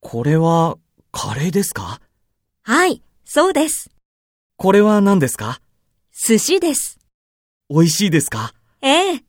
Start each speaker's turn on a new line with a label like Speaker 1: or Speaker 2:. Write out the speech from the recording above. Speaker 1: これは、カレーですか
Speaker 2: はい、そうです。
Speaker 1: これは何ですか
Speaker 2: 寿司です。
Speaker 1: 美味しいですか
Speaker 2: ええ。